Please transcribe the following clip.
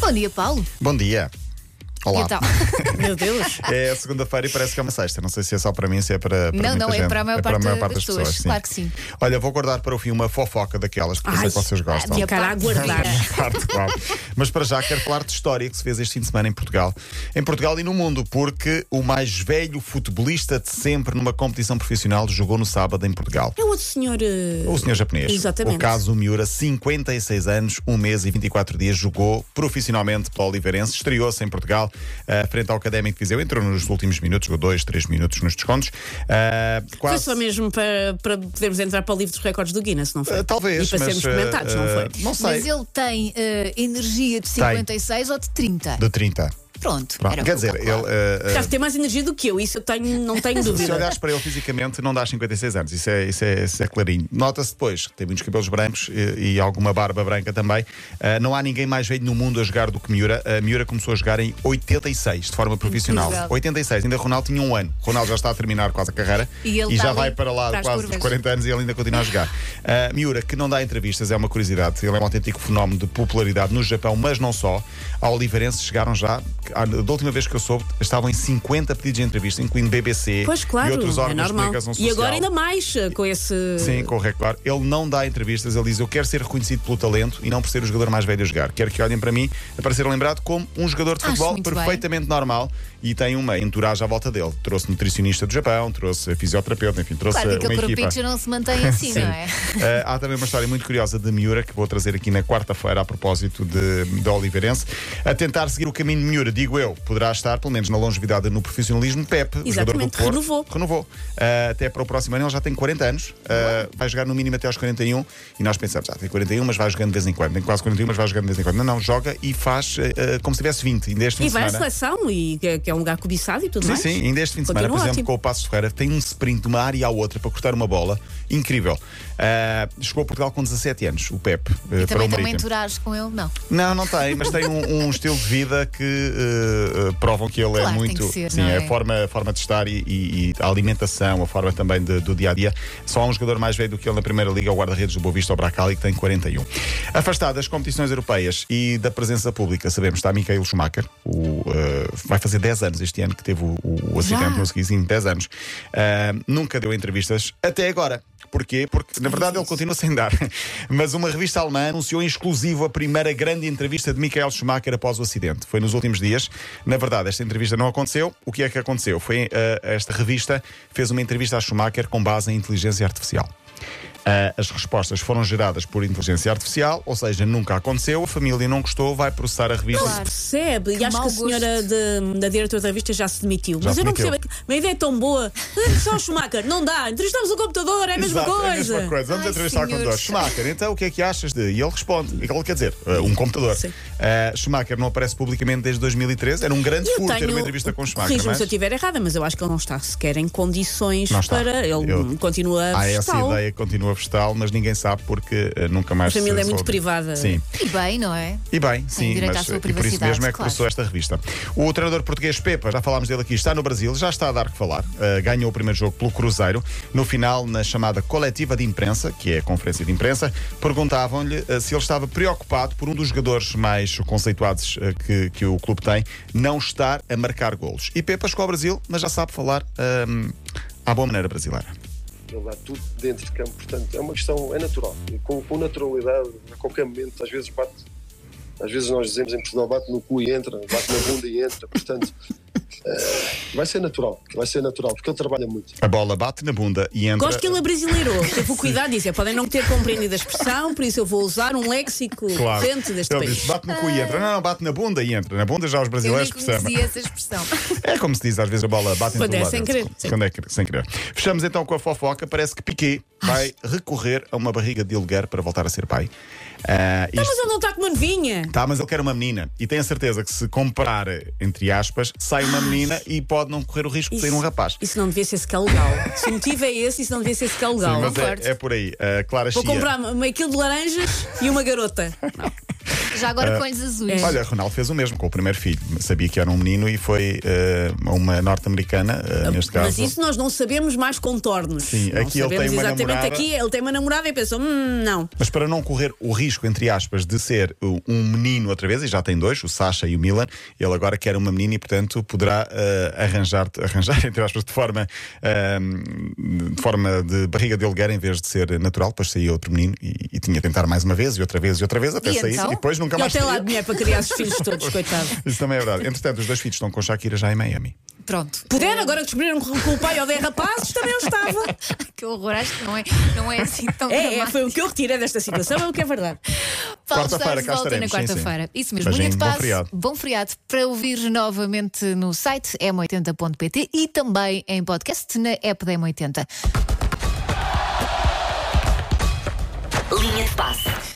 Bom dia, Paulo. Bom dia. Olá. Então, Meu Deus. É segunda-feira e parece que é uma sexta. Não sei se é só para mim, se é para. para não, muita não, é gente. para a maior parte, das pessoas. sim. Claro que sim. Olha, vou guardar para o fim uma fofoca daquelas, porque eu sei que vocês gostam. minha Ficar a parte é aguardar. gira. Claro, claro. Mas para já quero falar de história que se fez este fim de semana em Portugal. Em Portugal e no mundo, porque o mais velho futebolista de sempre numa competição profissional jogou no sábado em Portugal. É outro senhor. eh, O senhor japonês. Exatamente. O caso Miura, 56 anos, 1 mês e 24 dias, jogou profissionalmente pelo Oliveirense, estreou-se em Portugal, eh, frente ao Académico de Viseu. Entrou nos últimos minutos, jogou 2, 3 minutos nos descontos. Eh, Foi quase- só mesmo para, para podermos entrar para o livro dos recordes do Guinness, não foi? Eh, Talvez. E para mas, sermos eh, comentados, não eh, foi? Não sei. Mas ele tem eh, energia de 56 ou de 30. De 30. Pronto. Pronto. era o que Quer eu dizer, ele. calculava. eh, eh, Deve ter mais energia do que eu, isso eu tenho, não tenho Se dúvida. olhares para ele fisicamente, não dá 56 anos, isso é, isso é, isso é clarinho. Nota-se depois que tem muitos cabelos brancos e, e alguma barba branca também. Ah, não há ninguém mais velho no mundo a jogar do que Miura. A Miura começou a jogar em 86, de forma profissional. Incrível. 86, ainda Ronaldo tinha um ano. Ronaldo já está a terminar quase a carreira E ele está já ali vai para lá para as quase curvas. dos 40 anos e ele ainda continua a jogar. Ah, Miura, que não dá entrevistas, é uma curiosidade. Ele é um autêntico fenómeno de popularidade no Japão, mas não só. A Oliveirense chegaram já, ah, da última vez que eu soube, estavam em 50 pedidos de entrevista, incluindo BBC, Pois claro, e outros é órgãos de normal. comunicação social. E agora ainda mais eh, com esse. Sim, com o recorde. Ele não dá entrevistas, ele diz: Eu quero ser reconhecido pelo talento e não por ser o jogador mais velho a jogar. Quero que olhem para mim, para ser lembrado como um jogador de Acho futebol muito perfeitamente normal e tem uma entourage à volta dele. Trouxe nutricionista do Japão, trouxe fisioterapeuta, enfim, trouxe Claro que uma aquele equipa. corpinho já não se mantém assim, não é? Eh, há também uma história muito curiosa de Miura que vou trazer aqui na quarta-feira a propósito de, de Oliveirense. A tentar seguir o caminho de Miura, digo eu, poderá estar, pelo menos na longevidade e no profissionalismo, Pepe, o jogador do Exatamente, Porto. renovou. Renovou. Eh, até para o próximo ano ele já tem 40 anos, eh, vai jogar no mínimo até aos 41 e nós pensamos, já tem 41, mas vai jogando de vez em quando. Tem quase 41, mas vai jogando de vez em quando. Não, não, joga e faz eh, eh, como se tivesse 20. Ainda este fim E de vai à semana. seleção, e que é, que é um lugar cobiçado e tudo Sim, mais. sim, ainda este fim de semana, Continua por exemplo, ótimo. com o Passos Ferreira, tem um sprint de uma área à outra para cortar uma bola. Incrível. Ah, chegou a Portugal com 17 anos, o Pepe, eh, E também para o tem uma Marítimo. entourage com ele, não. Não, não tem, mas tem um, um estilo de vida que eh, eh, provam que ele Claro, é tem muito. que ser, sim, não é é? a forma, a forma de estar e, e- e a alimentação, a forma também de- do dia a dia. Só há um jogador mais velho do que ele na primeira liga, é o guarda-redes do Boa Vista, o Bracali, que tem 41. Afastado das competições europeias e da presença pública, sabemos, está Michael Schumacher, o, eh, vai fazer 10 anos este ano que teve o, o- o acidente Já? no skizinho, 10 anos. Ah, nunca deu entrevistas até agora. Porquê? Porque, na verdade, ele continua sem dar. Mas uma revista alemã anunciou em exclusivo a primeira grande entrevista de Michael Schumacher após o acidente. Foi nos últimos dias. Na verdade, esta entrevista não aconteceu. O que é que aconteceu? Foi ah, esta revista fez uma entrevista a Schumacher com base em inteligência artificial. Ah, as respostas foram geradas por inteligência artificial, ou seja, nunca aconteceu. A família não gostou, vai processar a revista. Claro. Percebe? Que e acho que mau a senhora gosto. de- da diretora da revista já se demitiu. Já Mas se eu não demitiu. percebo. Uma ideia é tão boa. Ah, Só o Schumacher, não dá. Entrevistamos o computador, é a mesma Exato, coisa. É a mesma coisa. Vamos Ai, entrevistar com senhores. dois. Schumacher, então o que é que achas de. E ele responde. E ele quer dizer, uh, um computador. Sim. Uh, Schumacher não aparece publicamente desde 2013. Era um grande Eu furo ter tenho- uma entrevista com Schumacher. é? corrijam-me Mas... se eu estiver errada, mas eu acho que ele não está sequer em condições Não está. para. Ele Eu- continua Há essa vegetal. ideia que continua vegetal, mas ninguém sabe porque uh, nunca mais A família se é muito soube. privada. Sim. E bem, não é? E bem, sim, direito à mas sua eh, e por isso privacidade, mesmo é que claro. começou esta revista. O treinador português Pepa, já falámos dele aqui, está no Brasil, já está a dar que falar. Eh, ganhou o primeiro jogo pelo Cruzeiro. No final, na chamada coletiva de imprensa, que é a conferência de imprensa, perguntavam-lhe eh, se ele estava preocupado por um dos jogadores mais conceituados eh, que, que o clube tem não estar a marcar golos. E Pepa chegou ao Brasil, mas já sabe falar eh, à boa maneira brasileira. ele dá tudo dentro de campo, portanto é uma questão, é natural, E com, com naturalidade, a qualquer momento, às vezes bate, às vezes nós dizemos em Portugal, bate no cu e entra, bate na bunda e entra, portanto eh, vai ser natural, vai ser natural, porque ele trabalha muito. A bola bate na bunda e entra. Gosto que ele brasileirou. Teve o cuidado disso. É, Podem não ter compreendido a expressão, por isso eu vou usar um léxico Claro. corrente deste Ele país. disse, bate no cu e entra. Não, não, bate na bunda e entra. Na bunda já os Eu brasileiros nem percebem. conhecia essa expressão. É como se diz, às vezes a bola bate em Quando todo é lado. sem querer, sim. Quando é que- sem querer. Fechamos então com a fofoca. Parece que Piquet vai recorrer a uma barriga de aluguer para voltar a ser pai. Ah, Não, isto- Tá, mas ele não está com uma novinha. Tá, mas ele quer uma menina e tenho a certeza que se comprar, entre aspas, sai uma menina e pode não correr o risco de sair um rapaz. Isso não devia ser sequer legal. Se o motivo é esse, isso não devia ser sequer legal. Sim, mas é, concordo. é por aí. Ah, Clara Vou Chia. comprar meio quilo de laranjas e uma garota. Já agora com olhos azuis. Eh, Olha, Ronaldo fez o mesmo com o primeiro filho. Sabia que era um menino e foi eh, a uma norte-americana, eh, neste caso. Ah, Mas isso nós não sabemos mais contornos. Sim, Não aqui ele sabemos tem uma exatamente. namorada. Aqui ele tem uma namorada e pensou, hum, não. Mas para não correr o risco, entre aspas, de ser uh, um menino outra vez, e já tem dois, o Sasha e o Milan, ele agora quer uma menina e, portanto, poderá uh, arranjar, arranjar, entre aspas, de forma, um, de forma de barriga de aluguer em vez de ser natural. Depois saía outro menino e, e tinha de tentar mais uma vez, e outra vez, e outra vez, até E sair. então? E depois nunca E Tá mais até lá saía. dinheiro para criar os filhos todos, coitado. Isso também é verdade. Entretanto, os dois filhos estão com Shakira já em Miami. Pronto. Puder, agora descobriram que o pai odeia rapazes, também eu estava. Que horror, acho que não é, não é assim tão É, é, dramático. foi o que eu retirei desta situação, é o que é verdade. Paulo Quarta-feira, Estares cá volta na estaremos, sim, quarta-feira. sim. Isso mesmo. Beijinho, Unha de bom passe, feriado. Bom feriado. Para ouvir novamente no site m80.pt e também em podcast na app da M80. Linha de passe.